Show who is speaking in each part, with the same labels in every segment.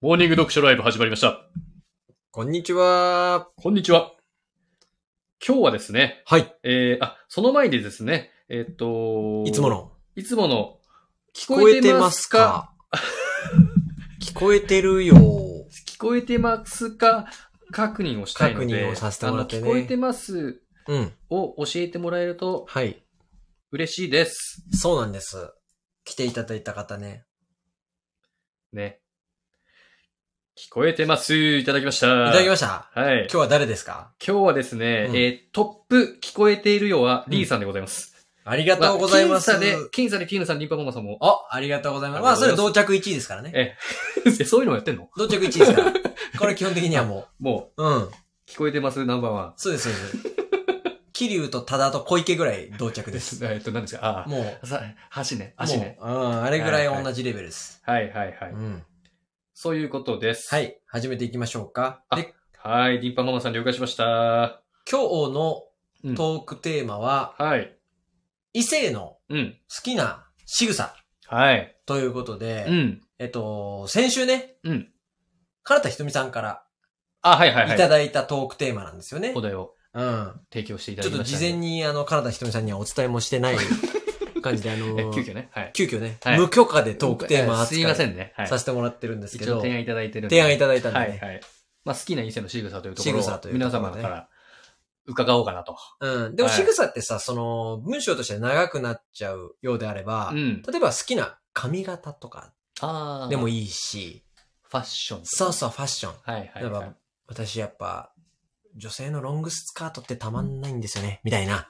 Speaker 1: モーニング読書ライブ始まりました。
Speaker 2: こんにちは。
Speaker 1: こんにちは。今日はですね、
Speaker 2: はい。
Speaker 1: えー、あ、その前にですね、えーっと、
Speaker 2: いつも。の。
Speaker 1: いつもの、聞
Speaker 2: 聞こえてますか 聞こえてるよ。
Speaker 1: 聞こえてますか確認をしたいので。
Speaker 2: 確認をさせてもらってね
Speaker 1: あの聞こえてます
Speaker 2: うん。
Speaker 1: を教えてもらえると
Speaker 2: はい。
Speaker 1: 嬉しいです。
Speaker 2: そうなんです。来ていただいた方ね。
Speaker 1: ね。聞こえてます。いただきました。
Speaker 2: いただきました。
Speaker 1: はい
Speaker 2: 今。日は誰ですか
Speaker 1: 今日はですね、
Speaker 2: うん
Speaker 1: えートップ聞こえているよは、リーさんでございます。
Speaker 2: ありがとうございます。
Speaker 1: 僅差で、僅差でキーナさん、リンパママさんも、
Speaker 2: あ、ありがとうございます。まあ、それ同着1位ですからね。
Speaker 1: えそういうのもやってんの
Speaker 2: 同着1位です から。これ基本的にはも
Speaker 1: も
Speaker 2: う。うん。
Speaker 1: う、聞こえてます、ナンバーワン。
Speaker 2: そうです、そうです。桐生と多田と小池ぐらい同着で す。
Speaker 1: えっと、何ですかあ
Speaker 2: もう、
Speaker 1: あ、さ、箸ね、足ね。
Speaker 2: もう、うん、あれぐらい同じレベルです。
Speaker 1: はいはいはい。
Speaker 2: うん。
Speaker 1: そういうことです。
Speaker 2: は。い。始めていきましょうか。
Speaker 1: あ
Speaker 2: で、
Speaker 1: はい、リンパママさん了解しました。
Speaker 2: 今日
Speaker 1: うん
Speaker 2: のトークテーマは、
Speaker 1: はい。
Speaker 2: 異性の
Speaker 1: うん。
Speaker 2: 好きな仕草
Speaker 1: はい。
Speaker 2: ということで、
Speaker 1: うん。
Speaker 2: えっと、先週ね、
Speaker 1: うん。
Speaker 2: 唐田ひとみさんから
Speaker 1: あ、はいはい
Speaker 2: い
Speaker 1: は
Speaker 2: た
Speaker 1: い。
Speaker 2: だいたトークテーマなんですよね。
Speaker 1: お題を
Speaker 2: うん。
Speaker 1: 提供していた
Speaker 2: ち
Speaker 1: だ
Speaker 2: ょっ
Speaker 1: き
Speaker 2: と
Speaker 1: まし
Speaker 2: 事
Speaker 1: た、
Speaker 2: 前に、あの、唐田ひとみさんにはお伝えもし てない感じで、あの
Speaker 1: え、急遽ね。はい。
Speaker 2: 急遽ね、
Speaker 1: はい
Speaker 2: 無許可でトークテーマ
Speaker 1: えすいませ
Speaker 2: ん。
Speaker 1: んね。はい。
Speaker 2: させてもらってるんですけ
Speaker 1: 一応
Speaker 2: ど、
Speaker 1: 提案いただいてるんで。
Speaker 2: 提案いただいたんで
Speaker 1: は
Speaker 2: ね、
Speaker 1: いはい。まあ、好きな異性の仕草というところ
Speaker 2: 仕草
Speaker 1: を
Speaker 2: というと
Speaker 1: 皆
Speaker 2: ころね
Speaker 1: 様から伺おうかなと。
Speaker 2: うん。でも
Speaker 1: はい
Speaker 2: 仕草ってさ、その、文章として長くなっちゃうようであれば、
Speaker 1: うん。
Speaker 2: 例えば好きな髪型とか
Speaker 1: ああ。
Speaker 2: でもいいし、
Speaker 1: ファッションとか。
Speaker 2: そうそう、ファッション。
Speaker 1: はいはい
Speaker 2: 例え
Speaker 1: は
Speaker 2: ば
Speaker 1: い。
Speaker 2: 私やっぱ、女性のロングスカートってたまんないんですよね、みたいな。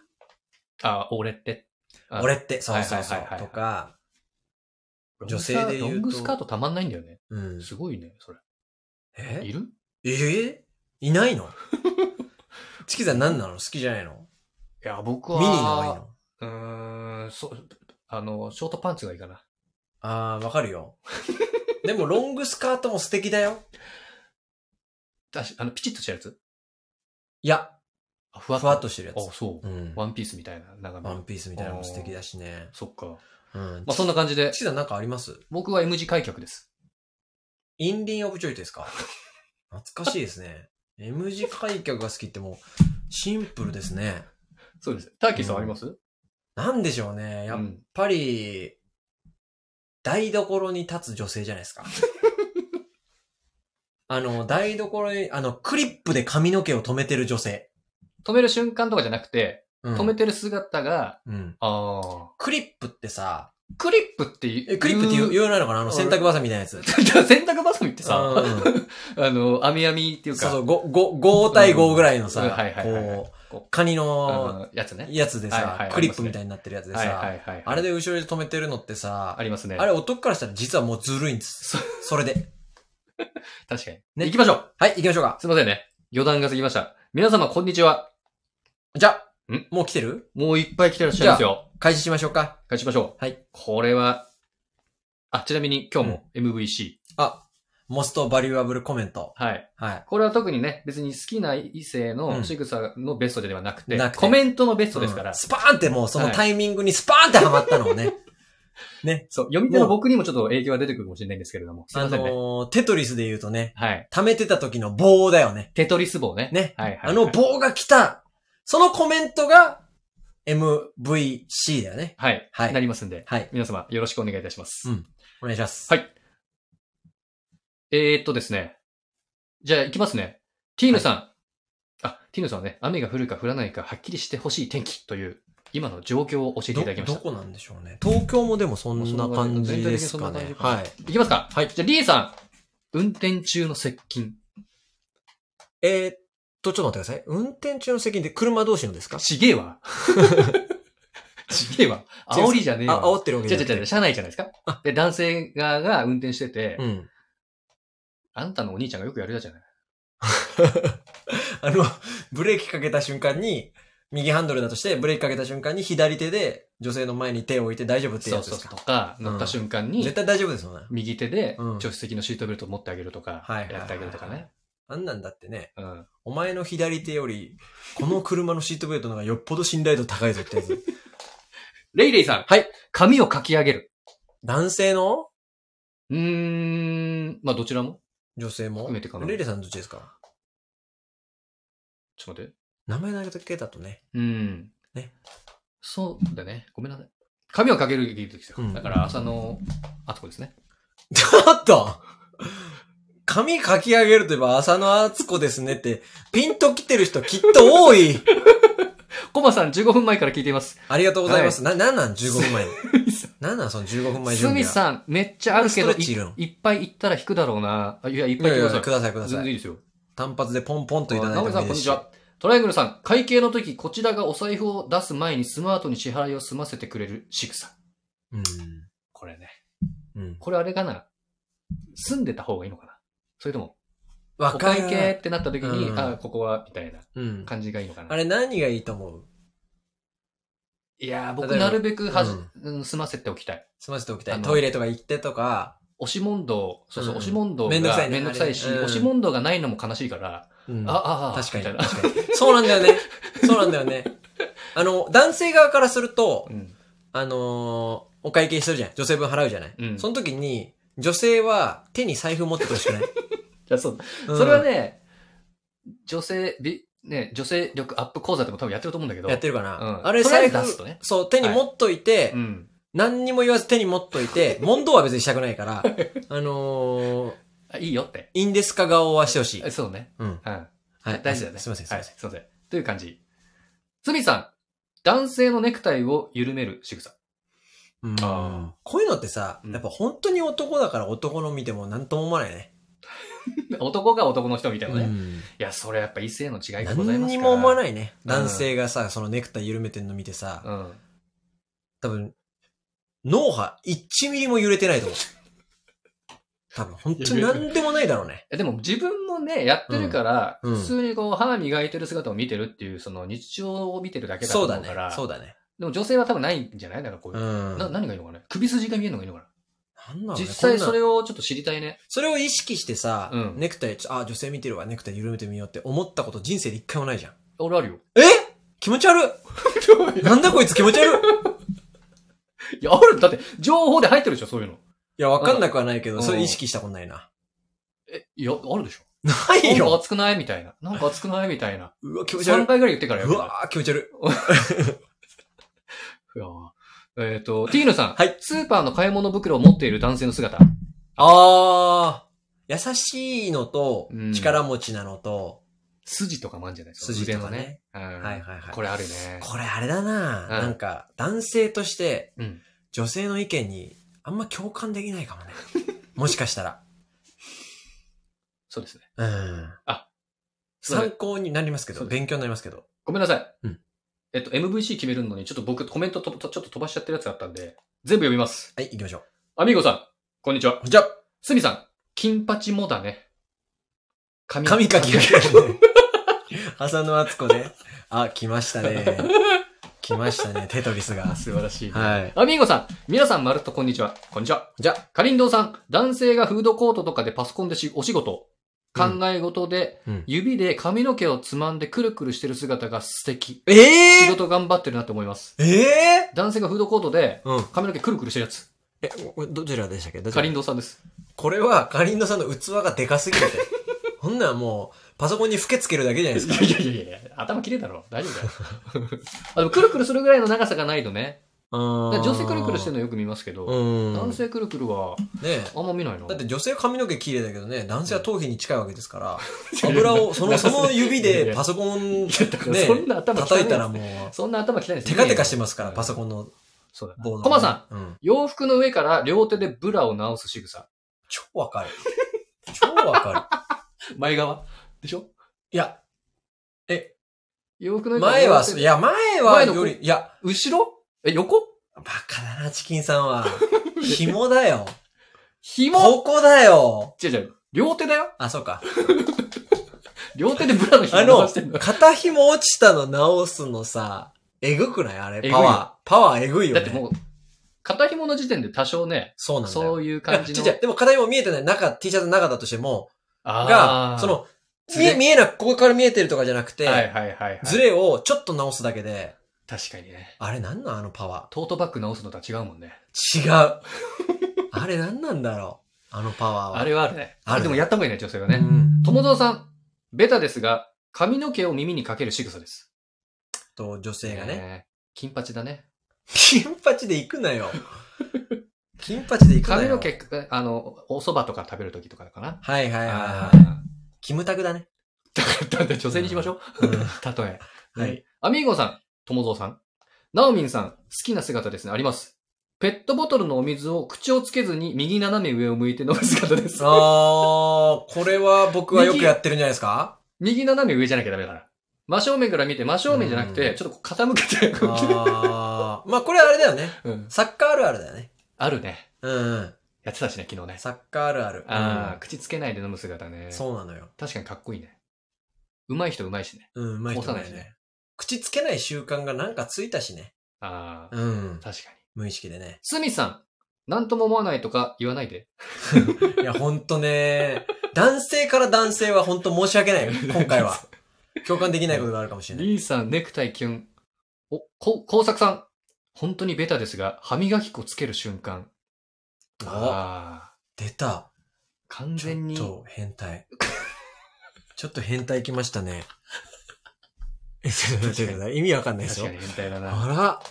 Speaker 1: あ、俺って。あ
Speaker 2: 俺って、そうそうそ
Speaker 1: は
Speaker 2: う
Speaker 1: いはいはいは。い
Speaker 2: とか、女性で言うと
Speaker 1: ロングスカートたまんないんだよね。
Speaker 2: うん。
Speaker 1: すごいね、それ。い
Speaker 2: え
Speaker 1: る
Speaker 2: えいないの チキさん何なの好きじゃないの
Speaker 1: いや、僕
Speaker 2: ミ
Speaker 1: は。
Speaker 2: ニーのがいいの
Speaker 1: うーん、そう、あの、ショートパンツがいいかな。
Speaker 2: あー、わか るよ。でもロングスカートも素敵だよ。
Speaker 1: だし、あの、ピチッとしたやつ
Speaker 2: いや、
Speaker 1: あふわ
Speaker 2: ふわっとしてるや
Speaker 1: あ、
Speaker 2: つ。
Speaker 1: そうう。
Speaker 2: ん。
Speaker 1: ワンピースみたいな長
Speaker 2: ワン
Speaker 1: め。
Speaker 2: ピースみたいなのも素敵だしね。
Speaker 1: そっか。
Speaker 2: うん。
Speaker 1: まあ、そんな感じで
Speaker 2: チ、キさんなんかあります
Speaker 1: 僕は M 字開脚です。
Speaker 2: インリンオブチョイスですか懐かしいですね。M 字開脚が好きってもう、シンプルですね。
Speaker 1: そうです。ターキーさんあります
Speaker 2: なんでしょうね。やっ
Speaker 1: うん
Speaker 2: ぱり、台所に立つ女性じゃないです か。あの、台所に、あの、クリップで髪の毛を止めてる女性。
Speaker 1: 止める瞬間とかじゃなくて、
Speaker 2: うん、
Speaker 1: 止めてる姿が、
Speaker 2: うん。
Speaker 1: ああ、
Speaker 2: クリップってさ、
Speaker 1: クリップって言う。
Speaker 2: え、クリップって言う言わないのかなあの、洗濯バサミみたいな やつ。
Speaker 1: 洗濯バサミってさ、
Speaker 2: う んうんそう
Speaker 1: あの、網網っていうか、
Speaker 2: そう、5、5対5ぐらいの
Speaker 1: うん
Speaker 2: さ
Speaker 1: はい、はいはいはい
Speaker 2: こ
Speaker 1: こ
Speaker 2: う、カニ
Speaker 1: あ
Speaker 2: の
Speaker 1: のやつね。
Speaker 2: やつで
Speaker 1: はいはいあります
Speaker 2: さ
Speaker 1: ね、
Speaker 2: クリップみたいになってるやつで
Speaker 1: はいは
Speaker 2: さ、
Speaker 1: いはい。
Speaker 2: あれ
Speaker 1: で、
Speaker 2: で後ろで止めてるのってさ
Speaker 1: あ、りますね。
Speaker 2: あれ男からしたら実はもうずるいんです
Speaker 1: そ。
Speaker 2: それで。
Speaker 1: 確かに。
Speaker 2: ね
Speaker 1: 行きましょう
Speaker 2: はい、行きましょうか。
Speaker 1: すいませんね。余談が過ぎました。皆様、こんにちは。
Speaker 2: じゃあ
Speaker 1: ん
Speaker 2: もう来てる
Speaker 1: もういっぱい来てらっしゃいますよ。
Speaker 2: 開始しましょうか。
Speaker 1: 返しましょう。
Speaker 2: はい。
Speaker 1: これは、あ、ちなみに今日も MVC。
Speaker 2: あ、モストバリュアブルコメント。
Speaker 1: はい。
Speaker 2: はい。
Speaker 1: これは特にね、別に好きな異性
Speaker 2: う
Speaker 1: の
Speaker 2: ん
Speaker 1: 仕草のベストではなくて、
Speaker 2: なくて
Speaker 1: コメントのベストですから、
Speaker 2: うんスパーンってもうそのタイミングにスパーンってハマったのを ね。
Speaker 1: そう、読み手の僕にもちょっと影響が出てくるかもしれないんですけれども。すい
Speaker 2: あ
Speaker 1: ませんね。
Speaker 2: のー、テトリスで言うとね、
Speaker 1: はい。
Speaker 2: 溜めてた時の棒だよね。
Speaker 1: テトリス棒ね。
Speaker 2: ね。
Speaker 1: はいはい、
Speaker 2: あの棒が来た、そのコメントが MVC だよね。
Speaker 1: はい。
Speaker 2: はい
Speaker 1: なりますんで、
Speaker 2: はい。
Speaker 1: 皆様よろしくお願いいたします。
Speaker 2: うんお願いします。
Speaker 1: はいえー、っとですね。じゃあ、行きますね。ティーヌさん。あ、ティーヌさんはね、雨が降るか降らないかはっきりしてほしい天気という、今の状況を教えていただきまし
Speaker 2: ど、ど
Speaker 1: た。
Speaker 2: こなんでしょうね。東京もでもそんな感じですか
Speaker 1: 全体
Speaker 2: ね。
Speaker 1: 的にそんな
Speaker 2: は
Speaker 1: 感
Speaker 2: い。
Speaker 1: いきますかはい。じゃあ、リーさん。運転中の接近。
Speaker 2: えー、っと、ちょっと待ってください。運転中の責任で車同士のですか
Speaker 1: ちげえ わ。ちげえわ。煽りじゃねえ
Speaker 2: あ、
Speaker 1: わ。
Speaker 2: 煽ってるわけ
Speaker 1: じ
Speaker 2: じ
Speaker 1: ゃ
Speaker 2: ゃ
Speaker 1: じ
Speaker 2: な
Speaker 1: ゃ
Speaker 2: くて
Speaker 1: じゃ車内じゃないですか。で、男性側が運転してて、
Speaker 2: うん。
Speaker 1: あんたのお兄ちゃんがよくやるやつじゃない
Speaker 2: あの、ブレーキかけた瞬間に、右ハンドルだとして、ブレーキかけた瞬間に左手で女性の前に手を置いて大丈夫って
Speaker 1: そ
Speaker 2: や
Speaker 1: うそ
Speaker 2: つで
Speaker 1: う
Speaker 2: す
Speaker 1: そ
Speaker 2: か
Speaker 1: う。とか、乗った瞬間に
Speaker 2: 絶、対大丈夫ですよね。
Speaker 1: 右手で
Speaker 2: うん
Speaker 1: 助手席のシートベルトを持ってあげるとか
Speaker 2: はいはい、はい
Speaker 1: やってあげるとかね。
Speaker 2: あんなんだってね、
Speaker 1: うん。
Speaker 2: お前の左手より、この車のシートベルトの方がよっぽど信頼度高いぞって やつ。
Speaker 1: レイレイさん。
Speaker 2: はい。
Speaker 1: 髪をかき上げる。
Speaker 2: 男性の
Speaker 1: うーん、まあどちらも
Speaker 2: 女性も
Speaker 1: 含めてかな
Speaker 2: レイレさんどっちですか
Speaker 1: ちょっと待って。
Speaker 2: 名前だけだとね。
Speaker 1: うん。
Speaker 2: ね。
Speaker 1: そうだね。ごめんなさい。髪をかける時ですよ。
Speaker 2: うん
Speaker 1: だから、浅野、あつこですね。
Speaker 2: ちょっと髪かき上げるといえば浅野敦子ですねって、ピンと来てる人きっと多い
Speaker 1: コマさん、15分前から聞いています。
Speaker 2: ありがとうございます。な、なんなん ?15 分前に。なんなんその15分前
Speaker 1: ス
Speaker 2: 準備
Speaker 1: ミ
Speaker 2: は。
Speaker 1: さん、めっちゃあるけど、
Speaker 2: ストレッチいるの
Speaker 1: いいっぱい行ったら引くだろうな。あいや、いっ
Speaker 2: い
Speaker 1: ぱい
Speaker 2: やい
Speaker 1: 行ってく
Speaker 2: や、
Speaker 1: ださい。
Speaker 2: くださいくだ
Speaker 1: 全
Speaker 2: さ
Speaker 1: 然
Speaker 2: い。
Speaker 1: いいですよ。
Speaker 2: 単発でポンポンといただ
Speaker 1: 直
Speaker 2: い
Speaker 1: 江
Speaker 2: ても
Speaker 1: さ
Speaker 2: い
Speaker 1: ん、
Speaker 2: い
Speaker 1: こん
Speaker 2: です
Speaker 1: に
Speaker 2: し
Speaker 1: ちは。トライアングルさん、会計の時、こちらがお財布を出す前にスマートに支払いを済ませてくれる仕草。これね。
Speaker 2: うん。うん。
Speaker 1: これあれかな住んでた方がいいのかなそれとも、お
Speaker 2: 若い
Speaker 1: 会計ってなった時に、
Speaker 2: うん
Speaker 1: あ、ここは、みたいな
Speaker 2: うん。
Speaker 1: 感じがいいのかな
Speaker 2: あれ何がいいと思う
Speaker 1: いやー、
Speaker 2: 例
Speaker 1: 僕
Speaker 2: えば
Speaker 1: なるべくはじ、うん、済ませておきたい。
Speaker 2: 済ませておきた
Speaker 1: あ
Speaker 2: い。
Speaker 1: の
Speaker 2: トイレとか行ってとか。
Speaker 1: 押し問答、そうそう、
Speaker 2: うん
Speaker 1: 押し問答が
Speaker 2: めんどくさいね
Speaker 1: めんどくさいし、
Speaker 2: あれねうん
Speaker 1: 押し問答がないのも悲しいから、
Speaker 2: うん
Speaker 1: あ、あ、あ、
Speaker 2: 確かに。
Speaker 1: みたいな。
Speaker 2: 確かにそうなんだよね。そうなんだよね。あの、男性側からすると
Speaker 1: う、ん。
Speaker 2: あのーお会計するじゃん。女性分払うじゃない。
Speaker 1: うん
Speaker 2: その時に、女性は手に財布持っててほ しくない、
Speaker 1: じゃあそう、
Speaker 2: うん
Speaker 1: それは、ね、女性、び、ね、女性力アップ講座でも多分やってると思うんだけど。
Speaker 2: やってるかな。
Speaker 1: うん
Speaker 2: あれ
Speaker 1: とりあえ
Speaker 2: 財
Speaker 1: ず
Speaker 2: 布
Speaker 1: 出すとね
Speaker 2: そう、手に持っといて、
Speaker 1: うん。
Speaker 2: 何にも言わず手に持っと いて、問答は別にしたくないから、あのー、
Speaker 1: あいいよって。
Speaker 2: いいんですか顔はしてほしい
Speaker 1: え。そうね。
Speaker 2: うん。
Speaker 1: うん。
Speaker 2: はい。
Speaker 1: 大事だね。
Speaker 2: すいません、すい
Speaker 1: は
Speaker 2: ま
Speaker 1: い、
Speaker 2: せん。
Speaker 1: すいません。という感じ。スミさん、男性のネクタイを緩める仕草。
Speaker 2: うん
Speaker 1: あ
Speaker 2: こういうのってさ、
Speaker 1: うん
Speaker 2: やっぱ本当に男だから男の見ても何とも思わないね。
Speaker 1: 男が男の人みたいなね。
Speaker 2: う
Speaker 1: い
Speaker 2: ん
Speaker 1: や、それはやっぱ異性の違いがござい
Speaker 2: 何
Speaker 1: ますから。。
Speaker 2: にも思わないいね。
Speaker 1: うん
Speaker 2: 男性がさ、そのネクタイ緩めてんの見てさ、
Speaker 1: うん。
Speaker 2: 多分、脳波1ミリも揺れてないと思 う。多分、本当に何でもないだろう ね。
Speaker 1: えでも自分もね、やってるから、
Speaker 2: うんうん
Speaker 1: 普通にこう、歯磨いてる姿を見てるっていう、その日常を見てるだけだと
Speaker 2: そう
Speaker 1: 思
Speaker 2: だ
Speaker 1: う
Speaker 2: ね
Speaker 1: から、。
Speaker 2: そうだね。
Speaker 1: でも女性は多分ないんじゃないなんかこういうう、
Speaker 2: ん。
Speaker 1: な。何がいいのかね首筋が見えるのがいいのか
Speaker 2: なんだろ
Speaker 1: な
Speaker 2: うね
Speaker 1: 実際そ
Speaker 2: こんな
Speaker 1: れをちょっと知りたいね。
Speaker 2: それを意識してさ、
Speaker 1: うん
Speaker 2: ネクタイ、ちょあ、女性見てるわ、ネクタイ緩めてみようって思ったこと人生で一回もないじゃん。
Speaker 1: 俺あ るよ。
Speaker 2: え気持ち悪いなんだこいつ気持ち悪い
Speaker 1: いや、あるだって、情報で入ってるでしょそういうの。
Speaker 2: いや、わかんなくはないけ
Speaker 1: う
Speaker 2: ど、
Speaker 1: ん
Speaker 2: それ意識したことないな。
Speaker 1: え、いや、あるでしょ
Speaker 2: ない
Speaker 1: なんか
Speaker 2: よ
Speaker 1: 熱くないみたいな。なんか熱くないみたいな。
Speaker 2: うわ、気持ち悪
Speaker 1: 3
Speaker 2: い。
Speaker 1: 回ぐらい言ってからや
Speaker 2: う
Speaker 1: る。
Speaker 2: わー気持ち悪
Speaker 1: いやーえっ、と、ティーヌさん。
Speaker 2: はい
Speaker 1: スーパーの買い物袋を持っている男性の姿。
Speaker 2: い。あー、優しいのと
Speaker 1: うん、
Speaker 2: 力持ちなのと、
Speaker 1: 筋とかもあるんじゃないですか
Speaker 2: 筋とかね。
Speaker 1: 腕のねうん
Speaker 2: はいはいはい
Speaker 1: これあるね。
Speaker 2: これあれだな、
Speaker 1: ん
Speaker 2: なんか、男性として、
Speaker 1: うん
Speaker 2: 女性の意見に、あんま共感できないかもね。もしかしたら。
Speaker 1: そうですね。
Speaker 2: うん。
Speaker 1: あ
Speaker 2: 参考になりますけ
Speaker 1: そ
Speaker 2: ど、
Speaker 1: うです
Speaker 2: 勉強になりますけど。
Speaker 1: ごめんなさい。
Speaker 2: うん
Speaker 1: えっと、MVC 決めるのに、ちょっと僕コメントととちょっと飛ばしちゃってるやつがあったんで、全部読みます。
Speaker 2: はい、行きましょ
Speaker 1: アミーゴさん、こんにちは。
Speaker 2: う。じゃあ、
Speaker 1: スミさん、金八もだね。髪
Speaker 2: 髪か き上
Speaker 1: 髪
Speaker 2: げるね。 浅野敦子ね。あ、来ましたね。来ましたね、テトリスが。
Speaker 1: 素晴らしい、ね。
Speaker 2: はい。
Speaker 1: アミーゴさん、皆さんまるっとこんにちは。こんにちは。
Speaker 2: じゃあ、
Speaker 1: かりんどうさん、男性がフードコートとかでパソコンでしお仕事、
Speaker 2: うん
Speaker 1: 考え事で、
Speaker 2: うん
Speaker 1: 指で髪の毛をつまんでくるくるしてる姿が素敵。
Speaker 2: え
Speaker 1: 仕
Speaker 2: ー、
Speaker 1: 事頑張ってるなって思います。
Speaker 2: え
Speaker 1: 男性がフードコートで
Speaker 2: ー、うん。
Speaker 1: 髪の毛くるくるしてるやつ。
Speaker 2: え、これどちらでしたっけどち
Speaker 1: か
Speaker 2: ら
Speaker 1: りんどうさんです。
Speaker 2: これは、かりんのさんの器がでか すぎて。ほんならもう、パソコンに吹けつけるだけじゃないです
Speaker 1: い
Speaker 2: か。
Speaker 1: やいやいやいや、頭綺麗だろ。大丈夫だよ。あでも、くるくるするぐらいの長さがないとね。だから
Speaker 2: 女
Speaker 1: 女性くるくるしてるのよく見ますけ
Speaker 2: う
Speaker 1: ど、
Speaker 2: ん。
Speaker 1: 男
Speaker 2: ね
Speaker 1: 性くるくるは
Speaker 2: え
Speaker 1: あんま見ないな。
Speaker 2: だって女性は髪の毛綺麗だけどね、男性は頭皮に近いわけですから、油 を、その、その指でパソコン、ね
Speaker 1: いやだからそんな頭汚い
Speaker 2: 叩いたらもう、
Speaker 1: そんな頭汚いです
Speaker 2: テカテカしてますか
Speaker 1: う
Speaker 2: ら、
Speaker 1: ん
Speaker 2: パソコンの
Speaker 1: そうだな。
Speaker 2: ボード。
Speaker 1: コマさ
Speaker 2: ん。うん。
Speaker 1: ん、洋服の上から両手でブラを直す仕草。
Speaker 2: 超わかる。超わかる。
Speaker 1: 前側でしょ
Speaker 2: いや、
Speaker 1: 洋服の上から
Speaker 2: 前は
Speaker 1: 両、手
Speaker 2: い
Speaker 1: で
Speaker 2: や、前は
Speaker 1: 前の子
Speaker 2: より、いや、
Speaker 1: 後ろえ、横
Speaker 2: バカだな、チキンさ んは。紐だよ。
Speaker 1: 紐
Speaker 2: ここだよ。
Speaker 1: 違う違う。両手だよ。
Speaker 2: あ、そうか。
Speaker 1: 両手でブラの紐
Speaker 2: あ
Speaker 1: 直
Speaker 2: の
Speaker 1: してんの。、
Speaker 2: 肩紐落ちたの直すのさ、えぐくないあ
Speaker 1: ぐい
Speaker 2: れ、
Speaker 1: よ
Speaker 2: パワー。パワーえぐいよ
Speaker 1: だ
Speaker 2: ね。
Speaker 1: ってもう、片紐の時点で多少ね、
Speaker 2: そうなんだよ。
Speaker 1: そういう感じの。
Speaker 2: いや違う違うでも片紐見えてない中、T シャツの中だとしても、
Speaker 1: あ
Speaker 2: が、
Speaker 1: ー
Speaker 2: そ、の、
Speaker 1: ず
Speaker 2: 見
Speaker 1: れ
Speaker 2: え、見えなく、ここから見えてるとかじゃなくて、
Speaker 1: はいはいはい、はい。
Speaker 2: ズレをちょっと直すだけで、
Speaker 1: 確かにね。
Speaker 2: あれなんなんあのパワ
Speaker 1: トートバッグ直すのとは違うもんね。
Speaker 2: ー。違う。あれなんなんだろあのパワーは。
Speaker 1: あれはあるね。
Speaker 2: あるね
Speaker 1: でもやった方がいいね、女性は
Speaker 2: う
Speaker 1: ね。
Speaker 2: ん。
Speaker 1: 友蔵さん、ベタですが、髪の毛を耳にかける仕草です。
Speaker 2: と、女性がね。
Speaker 1: ねえ金八だね。
Speaker 2: 金八で行くなよ。金八で行くなよ。
Speaker 1: 髪の。毛、あの、お蕎麦とか食べるときとかかな。
Speaker 2: はいはいはい
Speaker 1: あ
Speaker 2: はい。
Speaker 1: あ
Speaker 2: キムタクだね。
Speaker 1: だから、だって女性にしましょう。
Speaker 2: うん
Speaker 1: 例え。
Speaker 2: はい。
Speaker 1: アミーゴさん、友蔵さん、ナオミンさん、好きな姿ですね。あります。ペットボトルのお水を口をつけずに右斜め上を向いて飲む姿 です。
Speaker 2: あー、これは僕はよくやってるんじゃないです か
Speaker 1: 右斜め上じゃなきゃダメだから。真正面から見て、真正面じゃなくて、
Speaker 2: うん
Speaker 1: ちょっとこう傾けて、
Speaker 2: あー。まあこれあれだよね。
Speaker 1: うん
Speaker 2: サッカーあるあるだよね。
Speaker 1: あるね。
Speaker 2: うんうん。
Speaker 1: やってたしね、昨日ね。
Speaker 2: サッカーあるある。
Speaker 1: ああ、口つけないで飲む姿ね
Speaker 2: うん。そうなのよ。
Speaker 1: 確かにかっこいいね。上手い人上手いしね。
Speaker 2: うん、うまい人だよ
Speaker 1: 押さないし
Speaker 2: ね。口つけない習慣がなんかついたしね。
Speaker 1: ああ、
Speaker 2: うん。
Speaker 1: 確かに。
Speaker 2: 無意識でね。
Speaker 1: スミさん、なんとも思わないとか言わないで。
Speaker 2: いや、ほんとね。男性から男性はほんと申し訳ないよ。今回 は。共感できないことがあるかもしれな い。
Speaker 1: リーさん、ネクタイキュン。お、こ、工作さん。本当にベタですが、歯磨き粉つける瞬間。
Speaker 2: あ
Speaker 1: ああ。
Speaker 2: 出た。
Speaker 1: 完
Speaker 2: ち
Speaker 1: 全
Speaker 2: ょっ
Speaker 1: に。
Speaker 2: と変態。ちょっと変態きましたね。え、ちょっと待ってください。意味わかんないです
Speaker 1: 確
Speaker 2: よ
Speaker 1: か。に変態だな。
Speaker 2: あ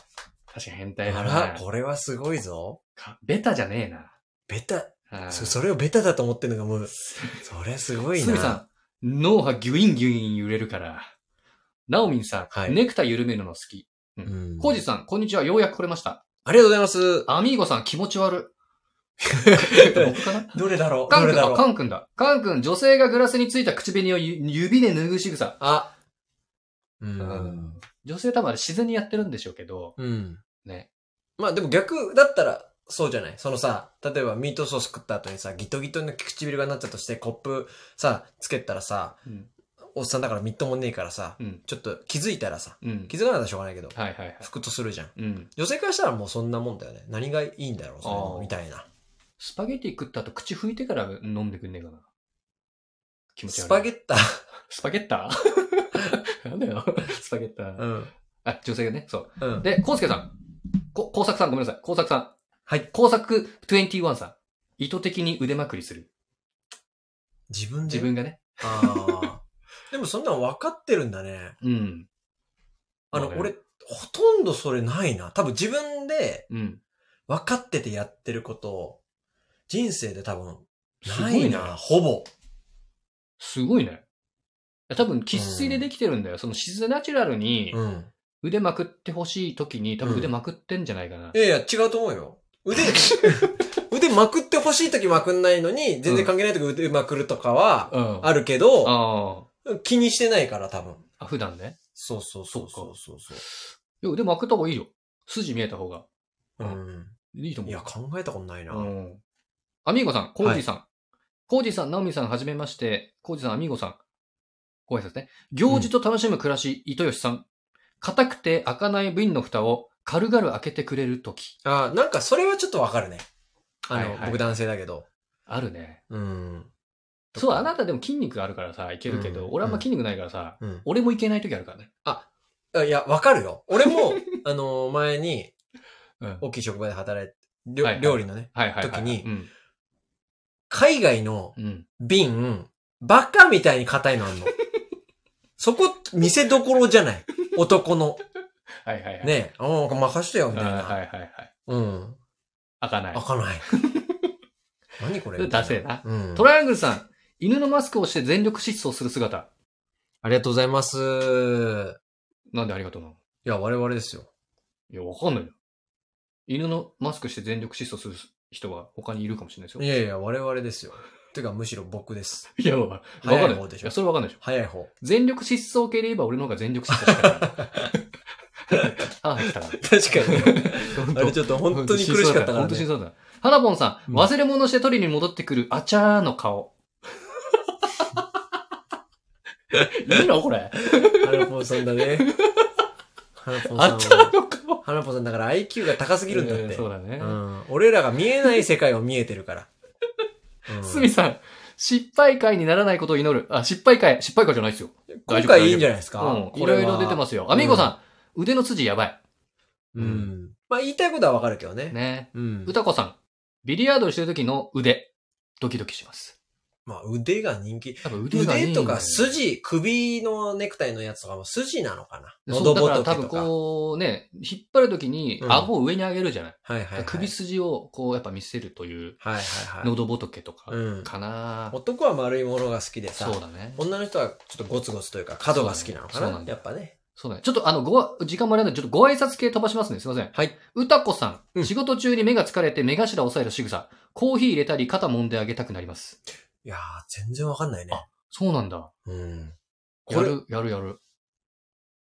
Speaker 1: 確かに変態
Speaker 2: ら、
Speaker 1: だ
Speaker 2: あ
Speaker 1: な
Speaker 2: ら、。これはすごいぞ。
Speaker 1: かベタじゃねえな
Speaker 2: ベタ、。
Speaker 1: あー
Speaker 2: そそれをベタだと思ってるのがもう、それすごい
Speaker 1: す
Speaker 2: な。
Speaker 1: みさん、脳波ギュインギュイン揺れるから。ナオミンさん、
Speaker 2: はい
Speaker 1: ネクタイ緩めるの好き。
Speaker 2: うん
Speaker 1: コウジさん、こんにちは。ようやく来れました。
Speaker 2: ありがとうございます。
Speaker 1: アミーゴさん、気持ち 悪い。僕かな
Speaker 2: どれだろう
Speaker 1: カ
Speaker 2: ど
Speaker 1: ン
Speaker 2: れ
Speaker 1: 君
Speaker 2: だ
Speaker 1: だ、カ
Speaker 2: ろう
Speaker 1: ン君だ。カン君、女性がグラスについた口紅をゆ指で拭う仕草。
Speaker 2: あ。う。
Speaker 1: うんん女性多分あれ自然にやってるんでしょうけど、
Speaker 2: うん。
Speaker 1: ね。
Speaker 2: まあでも逆だったら、そうじゃないそのさ、例えばミートソース食った後にさ、ギトギトの唇がなっちゃったとして、コップさ、つけたらさ、
Speaker 1: うん。
Speaker 2: おっさんだからみっともねえからさ、
Speaker 1: うん。
Speaker 2: ちょっと気づいたらさ、
Speaker 1: うん。
Speaker 2: 気づかなかったらしょうがないけど、
Speaker 1: はいはいはい。
Speaker 2: 服とするじゃん。
Speaker 1: うん。
Speaker 2: 女性からしたらもうそんなもんだよね。何がいいんだろう、それ
Speaker 1: あ
Speaker 2: も
Speaker 1: ー
Speaker 2: みたいな。
Speaker 1: スパゲティ食った後口拭いてから飲んでくんねえかな。気持ち悪い。
Speaker 2: スパゲッタ。
Speaker 1: スパゲッタ なんだよ。スパゲッタ。
Speaker 2: うん。
Speaker 1: あ、女性がね、そう。
Speaker 2: うん。
Speaker 1: で、コウスケさん。こ、工作さんごめんなさい。工作さん。
Speaker 2: はい。
Speaker 1: 工作21さん。意図的に腕まくりする。
Speaker 2: 自分で。
Speaker 1: 自分がね。
Speaker 2: ああ。でもそんなん分かってるんだね。
Speaker 1: うん。
Speaker 2: あの、
Speaker 1: まあね
Speaker 2: 俺、ほとんどそれないな。多分自分で
Speaker 1: うん。
Speaker 2: 分かっててやってることを、人生で多分、
Speaker 1: すご
Speaker 2: ない
Speaker 1: ね
Speaker 2: いな、ほぼ。
Speaker 1: すごいね。多分、喫水でできてるんだよ。その自然ナチュラルに
Speaker 2: うん。
Speaker 1: 腕まくってほしい時に、多分腕まくってんじゃないかな。
Speaker 2: いやいや、違うと思うよ。 腕、腕まくってほしいときまくんないのに、全然関係ないとき腕まくるとかは、
Speaker 1: うん。
Speaker 2: あるけど、
Speaker 1: あ
Speaker 2: 気にしてないから多分。
Speaker 1: あ。普段ね。
Speaker 2: そうそうそ
Speaker 1: そ
Speaker 2: うそううそうそ
Speaker 1: いや腕まくった方がいいよ。筋見えた方が。
Speaker 2: う。うん。
Speaker 1: いいと思。
Speaker 2: いうや、考えたことないな。
Speaker 1: うん。アミーゴさん、コージーさん。コージーさん、ナオミさん、はじめまして。コージーさん、アミーゴさん。ご挨拶ね。行事と楽しむ暮らし、糸吉さん。硬くて開かない瓶の蓋を軽々開けてくれるとき。
Speaker 2: あーなんかそれはちょっとわかるね。あの、
Speaker 1: はいはい
Speaker 2: 僕男性だけど。
Speaker 1: あるね。
Speaker 2: うん。
Speaker 1: そう、あなたでも筋肉あるからさ、いけるけど、
Speaker 2: うん
Speaker 1: 俺あんま筋肉ないからさ、
Speaker 2: うん
Speaker 1: 俺もいけないときあるからね。
Speaker 2: あいや、わかるよ。俺 も、あの、前に、
Speaker 1: うん。はい
Speaker 2: 大きい職場で働いて、りょ
Speaker 1: はいはい
Speaker 2: 料理のね、
Speaker 1: はいはい。
Speaker 2: 時に
Speaker 1: うん。
Speaker 2: 海外の
Speaker 1: うん。
Speaker 2: 瓶、バカみたいに硬いの あんの。そこ、見せどころじゃない。男の。
Speaker 1: はいはいはい。。
Speaker 2: ねえ、ああ、任してよ、
Speaker 1: は
Speaker 2: み
Speaker 1: い
Speaker 2: たい
Speaker 1: はい
Speaker 2: な。
Speaker 1: はい。
Speaker 2: うん。
Speaker 1: 開かない
Speaker 2: 開。か ない。何これ
Speaker 1: ダセえな。
Speaker 2: うん。
Speaker 1: トライアングルさん、犬のマスクをして全力疾走する姿。
Speaker 2: ありがとうございます。い
Speaker 1: なんでありがとうなの
Speaker 2: や、我々ですよ。
Speaker 1: いや、わかんないよ。犬のマスクして全力疾走する人は他にいるかもしれないです
Speaker 2: い
Speaker 1: よ。
Speaker 2: やいや、我々ですよ。てか、むしろ僕です。
Speaker 1: いや、わかん
Speaker 2: 早
Speaker 1: ないい。
Speaker 2: 方で
Speaker 1: い
Speaker 2: しょ
Speaker 1: や、それわかんないでしょ。
Speaker 2: 早い方。
Speaker 1: 全力疾走系で言えば俺の方が全力疾走してたから。ああ、来たな。
Speaker 2: 確かに。
Speaker 1: 本
Speaker 2: あれちょっと本当に苦しかったから
Speaker 1: 本当に
Speaker 2: ね。
Speaker 1: そうだ。ハナポンさん、
Speaker 2: うん
Speaker 1: 忘れ物して取りに戻ってくるあちゃーの 顔。いいのこれ。
Speaker 2: 花ポンさんだね。花ポンさん
Speaker 1: あちゃ
Speaker 2: は。
Speaker 1: ーの顔。
Speaker 2: 花ポンさんだから IQ が高すぎるんだっ
Speaker 1: えー
Speaker 2: て。
Speaker 1: そうだね
Speaker 2: う。ん。俺らが見えない世界を見えてる から。うん
Speaker 1: すみさん、失敗会にならないことを祈る。あ、失敗会、失敗会じゃないですよ。
Speaker 2: 今回いいんじゃないですか。
Speaker 1: うん、いろいろ出てますすよ。アミーゴさん、腕の筋やばい。
Speaker 2: うんうん。まあ言いたいことはわかるけどね。
Speaker 1: ね。
Speaker 2: うん。
Speaker 1: 歌子さん、ビリヤードしてる時の腕。ドキドキします。
Speaker 2: まあ腕が人気。
Speaker 1: 多分腕がね
Speaker 2: 腕とか筋、首のネクタイのやつとかも筋なのかな
Speaker 1: そ
Speaker 2: 喉
Speaker 1: う、だか
Speaker 2: 仏
Speaker 1: ら
Speaker 2: とか。
Speaker 1: 多分こうね、引っ張るときに
Speaker 2: うん
Speaker 1: 顎を上に上げるじゃない。
Speaker 2: はいはい、はい。
Speaker 1: 首筋をこうやっぱ見せるという、
Speaker 2: はいはいはい。
Speaker 1: 喉仏とか
Speaker 2: うん
Speaker 1: かな、
Speaker 2: 男は丸いものが好きでさ
Speaker 1: そ、うだね。
Speaker 2: 女の人はちょっとゴツゴツというか角が好きなのか
Speaker 1: そう
Speaker 2: な
Speaker 1: なんだ
Speaker 2: やっぱね。
Speaker 1: そうだね。ちょっとあの、ごわ、時間もあれなんで、ちょっとご挨拶系飛ばしますね。すいません。
Speaker 2: はい。
Speaker 1: 歌子さん,、
Speaker 2: うん
Speaker 1: 仕事中に目が疲れて目頭を押さえる仕草。コーヒー入れたり肩揉んであげたくなります。
Speaker 2: いやー、全然わかんないね。
Speaker 1: そうなんだ。
Speaker 2: うん。
Speaker 1: や
Speaker 2: これ、
Speaker 1: る、やるやる。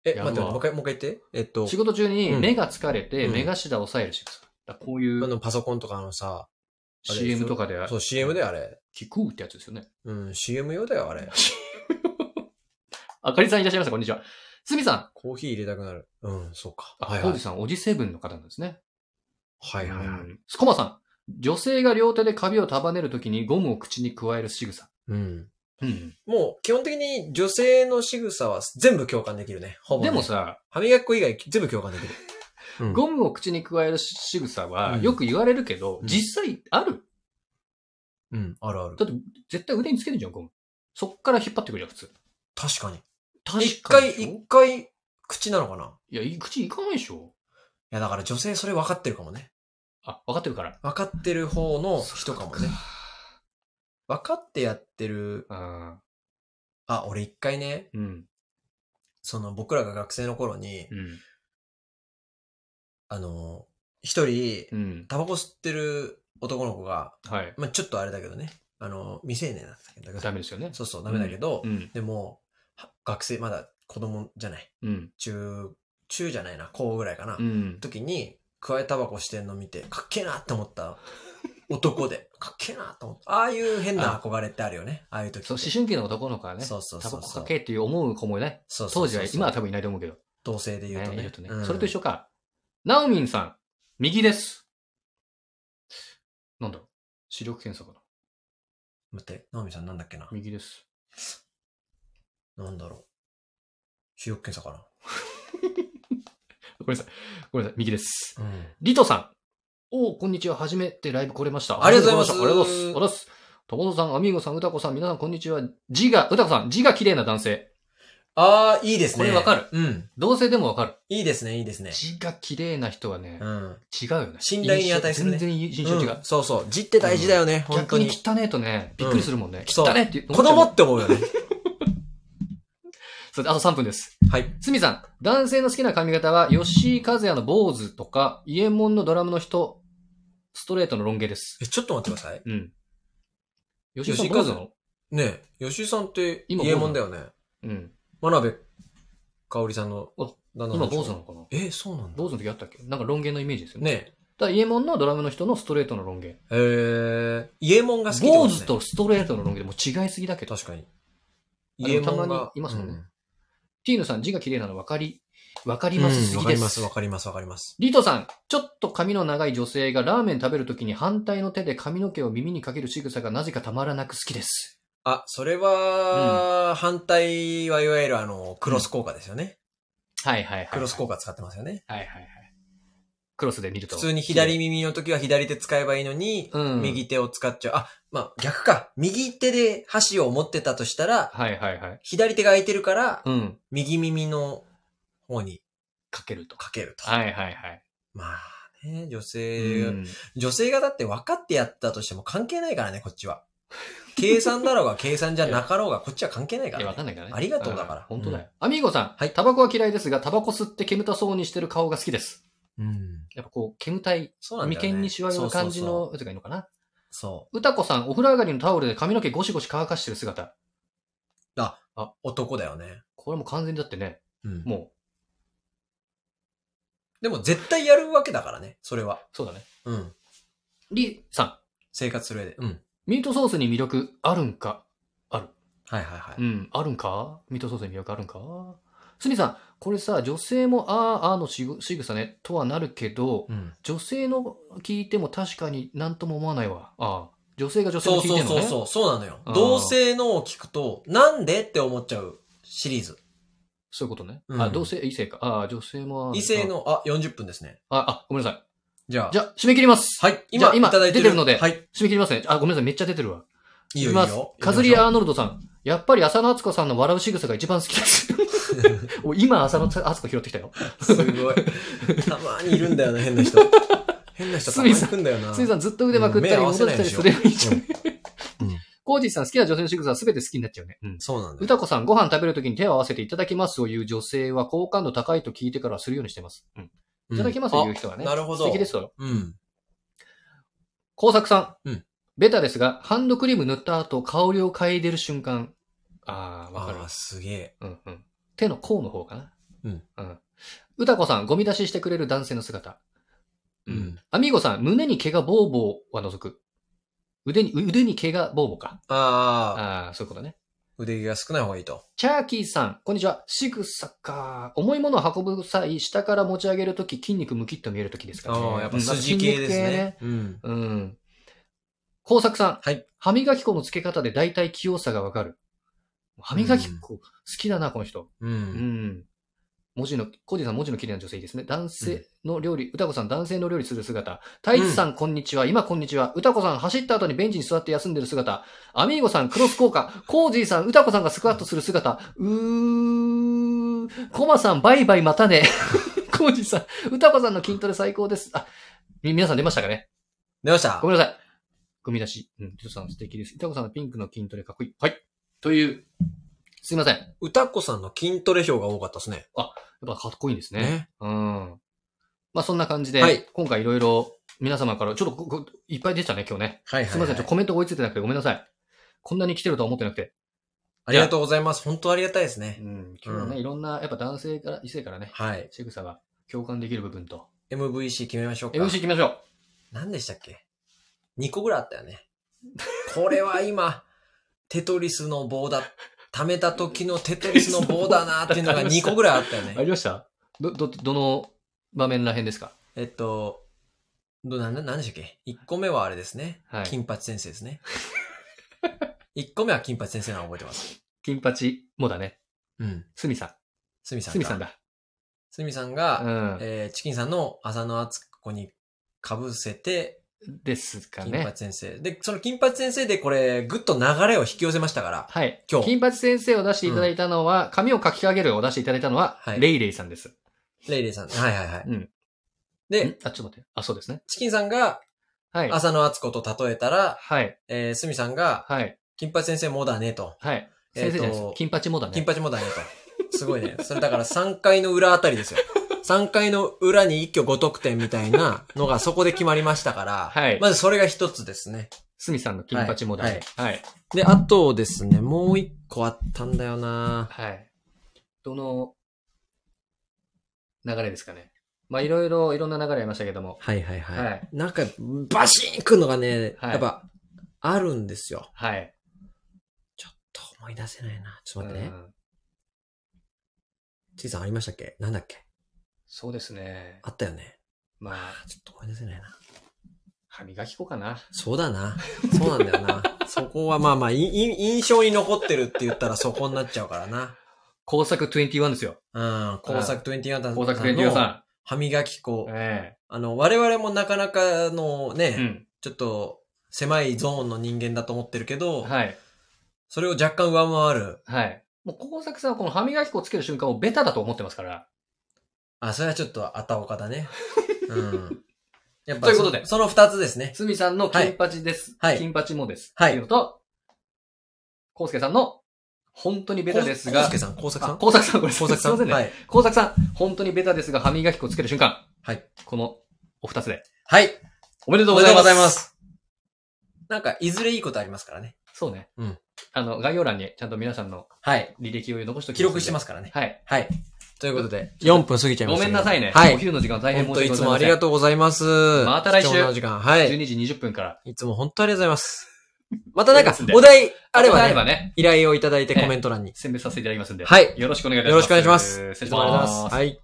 Speaker 2: え、
Speaker 1: やる
Speaker 2: 待
Speaker 1: わ
Speaker 2: って、もう一回、もう一回言って。えっと
Speaker 1: 仕、事中に
Speaker 2: うん
Speaker 1: 目が疲れて
Speaker 2: うん
Speaker 1: 目頭を押さえる仕草。だからこうい
Speaker 2: あ
Speaker 1: う
Speaker 2: の、パソコンとかのさ、あれ
Speaker 1: CM とかで、
Speaker 2: そう、CM だよ、あれ。
Speaker 1: 聞くってやつですよね。
Speaker 2: うん、CM 用だよ、あれ。
Speaker 1: あかりさんいらっしゃいました、こんにちは。すみさん。
Speaker 2: コーヒー入れたくなる。うん、そうか。
Speaker 1: あ、
Speaker 2: はい
Speaker 1: コ
Speaker 2: は
Speaker 1: ー
Speaker 2: い
Speaker 1: ジ。さん、おじセブンの方なんですね。
Speaker 2: はいはいはい。
Speaker 1: うんスコマさん。女性が両手で髪を束ねるときにゴムを口に加える仕草。
Speaker 2: うん。
Speaker 1: うん。
Speaker 2: もう、基本的に女性の仕草は全部共感できるね。ほぼね。
Speaker 1: でもさ、
Speaker 2: 歯磨き粉以外全部共感できる。うん
Speaker 1: ゴムを口に加える仕草は
Speaker 2: うん
Speaker 1: よく言われるけど、
Speaker 2: うん
Speaker 1: 実際ある
Speaker 2: うん、あるある。
Speaker 1: だって絶対腕につけるじゃん、ゴム。そっから引っ張ってくるじゃん、普通。
Speaker 2: 確かに。
Speaker 1: 確
Speaker 2: 一
Speaker 1: か
Speaker 2: 回、
Speaker 1: に。
Speaker 2: 一回、口なのかない
Speaker 1: や、い口いかないでしょ。
Speaker 2: いや、だから女性それ分かってるかもね。
Speaker 1: あ、分かってるから。
Speaker 2: 分かってる方の人かもね。分かってやってる。
Speaker 1: あ
Speaker 2: あ、俺一回ね、
Speaker 1: ーうん。
Speaker 2: その僕らが学生の頃に、
Speaker 1: うん。
Speaker 2: あの、一人、
Speaker 1: うん。
Speaker 2: タバコ吸ってる男の子が、
Speaker 1: はい。
Speaker 2: まあちょっとあれだけどね、あの、未成年だったけど、
Speaker 1: ダメですよね。
Speaker 2: そうそう、ダメだけど、
Speaker 1: うん。
Speaker 2: でも、は学生、まだ子供じゃない。
Speaker 1: うん。
Speaker 2: 中、中じゃないな、高ぐらいかな。
Speaker 1: うん。
Speaker 2: 時に、加えタバコしてんの見て、かっけえなって思った男で、かっけえなって思った。ああいう変な憧れってあるよね。ああいう時って。
Speaker 1: そう、思春期の男の子はね、
Speaker 2: そうそう
Speaker 1: タ
Speaker 2: そ
Speaker 1: バ
Speaker 2: う
Speaker 1: コ
Speaker 2: そ
Speaker 1: か
Speaker 2: う。
Speaker 1: けっていう思う子もね、
Speaker 2: そうそ
Speaker 1: 当
Speaker 2: うそう
Speaker 1: 時は、今は多分いないと思うけど、
Speaker 2: 同性で言うと
Speaker 1: ねい
Speaker 2: ね
Speaker 1: るとね
Speaker 2: う。ん
Speaker 1: それと一緒か。ナオミンさん、右です。なんだろう視力検査かな
Speaker 2: 待って、ナオミさんなんだっけな。
Speaker 1: 右です。
Speaker 2: なんだろう。視力検査か
Speaker 1: ごめんなさい。ごめんなさい。右です。
Speaker 2: な。うん。
Speaker 1: リトさん。おお、こんにちは。初めてライブ来れました。
Speaker 2: ありがとうございます
Speaker 1: ありがとうございます。ありがとうございます。友野さん、アミーゴさん、歌子さん、皆さん、こんにちは。字が、歌子さん、字が綺麗な男性。
Speaker 2: ああ、いいですね。
Speaker 1: これわかる。
Speaker 2: うん。
Speaker 1: 同性でもわかる。
Speaker 2: いいですね、いいですね。
Speaker 1: 字が綺麗な人はね、
Speaker 2: うん。
Speaker 1: 違うよね。
Speaker 2: 信頼に値するね
Speaker 1: 印象全然印象違う。
Speaker 2: んそうそう。字って大事だよね、本当
Speaker 1: 逆に
Speaker 2: に。
Speaker 1: 汚ねえとね、びっくりするもんね。
Speaker 2: そう
Speaker 1: 汚ねえって
Speaker 2: 子供って思う よね。
Speaker 1: それであと3分です。
Speaker 2: はい。
Speaker 1: すみさん、男性の好きな髪型は、吉井和也の坊主とか、伊右衛門のドラムの人、ストレートのロン毛です。
Speaker 2: え、ちょっと待ってください。
Speaker 1: うん。吉井さん
Speaker 2: 吉井
Speaker 1: 坊
Speaker 2: 和
Speaker 1: 主な
Speaker 2: 也
Speaker 1: の
Speaker 2: ねえ、吉井さんって、
Speaker 1: 今
Speaker 2: 家門だよね。
Speaker 1: うん。
Speaker 2: 真鍋かおりさんの
Speaker 1: あ
Speaker 2: 旦
Speaker 1: 今坊主な
Speaker 2: の
Speaker 1: のかな
Speaker 2: え、そうなんだ。
Speaker 1: 坊主の時あったっけなんかロン毛のイメージですよね。
Speaker 2: ね
Speaker 1: だから伊右衛門のドラムの人のストレートのロン毛。
Speaker 2: え、えー、家門が好きってこ
Speaker 1: 坊
Speaker 2: ね
Speaker 1: 主とストレートのロン毛でもう違いすぎだけど。
Speaker 2: 確かに。
Speaker 1: あでも
Speaker 2: 家門が
Speaker 1: たまにいますもんね
Speaker 2: うん
Speaker 1: ティーヌさん字が綺麗なの分かり、分かり
Speaker 2: うん
Speaker 1: ま
Speaker 2: わ
Speaker 1: すすぎ
Speaker 2: か
Speaker 1: で
Speaker 2: ります、
Speaker 1: す
Speaker 2: わ。かります、わかります。
Speaker 1: リトさん、ちょっと髪の長い女性がラーメン食べるときに反対の手で髪の毛を耳にかける仕草がなぜかたまらなく好きです。
Speaker 2: あ、それは、反対はいわゆるあの、クロス効果ですよね。
Speaker 1: はいはいはい。
Speaker 2: クロス効果使ってますよね。
Speaker 1: はいはいはい。クロスで見ると。
Speaker 2: 普通に左耳の時は左手使えばいいのに、
Speaker 1: うん
Speaker 2: 右手を使っちゃう。あ、まあ逆か。右手で箸を持ってたとしたら、
Speaker 1: はいはいはい。
Speaker 2: 左手が空いてるから、
Speaker 1: うん。
Speaker 2: 右耳の方に
Speaker 1: かけると。
Speaker 2: かけると。
Speaker 1: はいはいはい。
Speaker 2: まあね、女
Speaker 1: う
Speaker 2: 性、
Speaker 1: ん
Speaker 2: 女性がだって分かってやったとしても関係ないからね、こっちは。計算だ ろうが計算じゃなかろうが、こっちは関係ない
Speaker 1: い
Speaker 2: か
Speaker 1: や、わ
Speaker 2: ら、
Speaker 1: か
Speaker 2: ね。
Speaker 1: んないからね。
Speaker 2: ありがとうだから
Speaker 1: ん本当だよ。アミーゴさん。
Speaker 2: はい
Speaker 1: タバコは嫌いですが、タバコ吸って煙たそうにしてる顔が好きです。
Speaker 2: うん。
Speaker 1: やっぱこう、煙たい、
Speaker 2: そうなんだよ、ね。
Speaker 1: 眉間にしわ寄る感じ
Speaker 2: そうそう
Speaker 1: のやつがいいのかな。
Speaker 2: そう
Speaker 1: 歌子さん、お風呂上がりのタオルで髪の毛ゴシゴシ乾かしてる姿。
Speaker 2: そう男だよね。
Speaker 1: これも完全にだってね、
Speaker 2: うん。
Speaker 1: も
Speaker 2: でも絶対やるわけだからね、それは
Speaker 1: う。、そうだね。
Speaker 2: うん。
Speaker 1: リさん。
Speaker 2: 生活する上で。うん。
Speaker 1: ミートソースに魅力あるんか
Speaker 2: はいはいはい。
Speaker 1: うん、あるんかミートソースに魅力あるんかスミさん、これさ、女性もあーあーのしぐ仕草ね、とはなるけど、
Speaker 2: うん。
Speaker 1: 女性の聞いても確かになんとも思わないわ。ああ女性が女性
Speaker 2: そ
Speaker 1: の
Speaker 2: う
Speaker 1: 聞い
Speaker 2: そう
Speaker 1: ても
Speaker 2: そう
Speaker 1: ね。
Speaker 2: そう、そうなのよ
Speaker 1: あ。ー
Speaker 2: 同性のを聞くと、なんでって思っちゃうシリーズ。
Speaker 1: そういうことね。
Speaker 2: うん
Speaker 1: あ、同性、異性か。ああ、女性も。
Speaker 2: 異性。の、あ、40分ですね。
Speaker 1: ああ、ごめんなさい。
Speaker 2: じゃあ。
Speaker 1: じゃあ、締め切ります。
Speaker 2: はい。
Speaker 1: じゃあ今出てるので
Speaker 2: はい。
Speaker 1: 締め切りますね。あ、ごめんなさい。めっちゃ出てるわ。
Speaker 2: いいよ、いい
Speaker 1: ます
Speaker 2: よ。
Speaker 1: カズリアーノルドさん。やっぱり浅野敦子さんの笑う仕草が一番好き です。お今、浅野敦子拾ってきたよ。
Speaker 2: すごい。たまにいるんだよな、変な人。変な人たまにいるんだよな。
Speaker 1: スイさんずっと腕まくったり
Speaker 2: うん目合わせ
Speaker 1: 戻
Speaker 2: な
Speaker 1: し
Speaker 2: い
Speaker 1: た
Speaker 2: で
Speaker 1: り
Speaker 2: し
Speaker 1: す
Speaker 2: ょ
Speaker 1: ればいいじゃん。
Speaker 2: うんうん
Speaker 1: コージーさん好きな女性の仕草は全て好きになっちゃうね。うん。
Speaker 2: そうなんだよ。
Speaker 1: 歌子さん、ご飯食べるときに手を合わせていただきますという女性は好感度高いと聞いてからするようにしてます。うん。いただきますと
Speaker 2: よ
Speaker 1: いう人はね。
Speaker 2: なるほど。
Speaker 1: 素敵ですよ。
Speaker 2: うん。
Speaker 1: 工作さん。
Speaker 2: うん
Speaker 1: ベタですが、ハンドクリーム塗った後、香りを嗅いでる瞬間。ああ、わかる
Speaker 2: ああ、。すげえ。
Speaker 1: うんうん。手の甲の方かな。
Speaker 2: うん。
Speaker 1: うん。歌子さん、ゴミ出ししてくれる男性の姿。
Speaker 2: うん。
Speaker 1: アミーゴさん、胸に毛がボーボーは除く。腕に、腕に毛がボーボーか。
Speaker 2: ああ、
Speaker 1: ああ、そういうことね。
Speaker 2: 腕毛が少ない方がいいと。
Speaker 1: チャーキーさん、こんにちは。仕草か。重いものを運ぶ際、下から持ち上げるとき、筋肉ムキッと見えるときですからね。
Speaker 2: ああ、やっぱ
Speaker 1: うん
Speaker 2: 筋系ですね。。うん。
Speaker 1: 筋肉系ねうん。工作さん。
Speaker 2: はい。
Speaker 1: 歯磨き粉の付け方で大体器用さがわかる。歯磨き粉、好きだな、この人。
Speaker 2: う。
Speaker 1: うんん。文字の、コージーさん、文字の綺麗な女性いいですね。男性の料理、歌子さん、男性の料理する姿。太一さん、こんにちは。今、こんにちは。歌子さん、走った後にベンチに座って休んでる姿。アミーゴさん、クロス効果。コージーさん、歌子さんがスクワットする姿。うー、コマさん、バイバイ、またね。 コージーさん、歌子さんの筋トレ最高です。あ、み皆さん出ましたかね
Speaker 2: 出ました
Speaker 1: ご。めんなさい。組み出し。うん、歌子さん素敵です。歌子さんのピンクの筋トレかっこいい。はい。という、すいません。やっ
Speaker 2: 歌子さんの筋トレ表が多かったですね。
Speaker 1: ぱかっこいいんですね
Speaker 2: ね。
Speaker 1: うん。まあそんな感じで、
Speaker 2: はい
Speaker 1: 今回いろいろ皆様から、ちょっとここいっぱい出てたね、今日ね。
Speaker 2: はいはい。
Speaker 1: すいません、ちょっとコメントが追いついてなくてごめんなさい。こんなに来てるとは思ってなくて。
Speaker 2: ありがとうございます。本当ありがたいです
Speaker 1: う
Speaker 2: ね。
Speaker 1: ん、今日はね、
Speaker 2: うん
Speaker 1: いろんな、やっぱ男性から、異性からね、
Speaker 2: はい。
Speaker 1: 仕草が共感できる部分と。
Speaker 2: MVC 決めましょうか。
Speaker 1: MC 行きましょう。
Speaker 2: 何でしたっけ ?2 個ぐらいあったよね。これは今、 テトリスの棒だ。貯めた時のテトリスの棒だなっていうの が2個ぐらいあったよ
Speaker 1: あり
Speaker 2: ね。
Speaker 1: ましたど、ど、どの場面らへんですか
Speaker 2: えっと、ど、なんだ、なんでしたっけ ?1 個目はあれですね。
Speaker 1: はい
Speaker 2: 金八先生ですね。1個目は金八先生なの覚えてます。
Speaker 1: 金八もだね。
Speaker 2: うん。
Speaker 1: すみさ
Speaker 2: すみ
Speaker 1: ん。
Speaker 2: さん
Speaker 1: す
Speaker 2: が。
Speaker 1: みさんだ。
Speaker 2: すみさん
Speaker 1: う
Speaker 2: が、
Speaker 1: ん。
Speaker 2: えーチキンさんの浅野敦子に被せて、
Speaker 1: ですか
Speaker 2: 金
Speaker 1: ね
Speaker 2: 八。先生。で、その金八先生でこれ、ぐっと流れを引き寄せました から。
Speaker 1: はい。
Speaker 2: 今日
Speaker 1: 金八先生を出していただいたのは、髪をかき上げるを出していただいたのは、
Speaker 2: はい
Speaker 1: レイレイさんです。
Speaker 2: レイレイさん。はいはいはい。
Speaker 1: うんん
Speaker 2: で、
Speaker 1: あ、ちょっと待って。あ、そうですね。
Speaker 2: チキンさんが
Speaker 1: はい。
Speaker 2: 浅野敦子と例えたら、
Speaker 1: はい。
Speaker 2: えー、スミさんが、
Speaker 1: はい。
Speaker 2: 金八先生もだねと。
Speaker 1: はい。
Speaker 2: え
Speaker 1: 先生じゃ
Speaker 2: ーと
Speaker 1: ないです。金八もだね。
Speaker 2: 金八もだねと。すごいね。それだから3階の裏あたり ですよ。3階の裏に一挙5得点みたいなのがそこで決まりましたから、
Speaker 1: はい
Speaker 2: まずそれが一つですね。
Speaker 1: すみさんの金八もだね。はい。
Speaker 2: で、あとですね、もう一個あったんだよな
Speaker 1: はい。どの、流れですかね。まあ、いろいろ、いろんな流れありましたけども。
Speaker 2: はいはいはい。
Speaker 1: はい
Speaker 2: なんか、バシーンくんのがね、
Speaker 1: はい
Speaker 2: やっぱ、あるんですよ。
Speaker 1: はい。
Speaker 2: ちょっと思い出せないな。ちょっと待って
Speaker 1: う
Speaker 2: ね。
Speaker 1: ん
Speaker 2: ちいさんありましたっけなんだっけ
Speaker 1: そうですね。
Speaker 2: あったよね。
Speaker 1: まあ、
Speaker 2: あちょっと思い出せないな。
Speaker 1: 歯磨き粉かな。
Speaker 2: そうだな。そうなんだよな。 そこはまあまあ、いい印象に残ってるって言ったらそ こになっちゃうからな。
Speaker 1: 工作21ですよ。
Speaker 2: うん。工作21さんの。
Speaker 1: 工作21さ
Speaker 2: 歯磨き粉
Speaker 1: ん。。え
Speaker 2: あの、我々もなかなかのね、
Speaker 1: え。うん。
Speaker 2: ちょっと狭いゾーンの人間だと思ってるけど、
Speaker 1: はい。
Speaker 2: それを若干上回る。
Speaker 1: はい。もう工作さんはこの歯磨き粉をつける瞬間をベタだと思ってますから。
Speaker 2: あ、それはちょっとあたおかだ ね。うん。やっ
Speaker 1: ということで
Speaker 2: そその二つですね。
Speaker 1: すみさんの金八です。
Speaker 2: はいはい
Speaker 1: 金八もです。
Speaker 2: はい
Speaker 1: っていうのと、こうすけさんの、本当にベタです
Speaker 2: こ
Speaker 1: が
Speaker 2: うす、けさん、工作さ
Speaker 1: あ
Speaker 2: ん
Speaker 1: 工作さん、これ、
Speaker 2: 工作さん
Speaker 1: すいません
Speaker 2: は
Speaker 1: ね。
Speaker 2: い。
Speaker 1: 工作さん、本当にベタですが、歯磨き粉をつける瞬間。
Speaker 2: はい。
Speaker 1: この、お二つで。
Speaker 2: はい。
Speaker 1: おめでとう
Speaker 2: お
Speaker 1: ご
Speaker 2: めで
Speaker 1: ざ
Speaker 2: と
Speaker 1: いうま
Speaker 2: ご
Speaker 1: す。
Speaker 2: ざいます。なんか、いずれいいことありますからね。
Speaker 1: そうね。
Speaker 2: うん
Speaker 1: あの、概要欄にちゃんと皆さんの
Speaker 2: はい。
Speaker 1: 履歴を残しておき
Speaker 2: 記録してますすからね
Speaker 1: の。で。はい。
Speaker 2: はい。ということで、4分過ぎちゃいま
Speaker 1: ご
Speaker 2: し
Speaker 1: め
Speaker 2: たけ
Speaker 1: ん
Speaker 2: ど。
Speaker 1: なさいね。
Speaker 2: は
Speaker 1: お
Speaker 2: い。
Speaker 1: 昼の時間大変
Speaker 2: 本
Speaker 1: 申し
Speaker 2: 当い
Speaker 1: 訳ご
Speaker 2: つ
Speaker 1: ざい
Speaker 2: も
Speaker 1: ま
Speaker 2: あ
Speaker 1: せん。
Speaker 2: りがとうございます。
Speaker 1: また来週
Speaker 2: 貴重なお時間。はい。
Speaker 1: 12時20分から。
Speaker 2: いつも本当ありがとうございます。またなんか
Speaker 1: ですんで、
Speaker 2: お題あれ
Speaker 1: あ
Speaker 2: ば
Speaker 1: れば
Speaker 2: ね、
Speaker 1: ね、
Speaker 2: 依頼をいただいてコメント欄に。
Speaker 1: 選別させていただきますんで。
Speaker 2: はい
Speaker 1: よろしくお願いいたし
Speaker 2: よ
Speaker 1: ま
Speaker 2: ろ
Speaker 1: す。
Speaker 2: しくお願いします。
Speaker 1: 失礼し
Speaker 2: ありがとうござい
Speaker 1: ま
Speaker 2: ますす。。はい。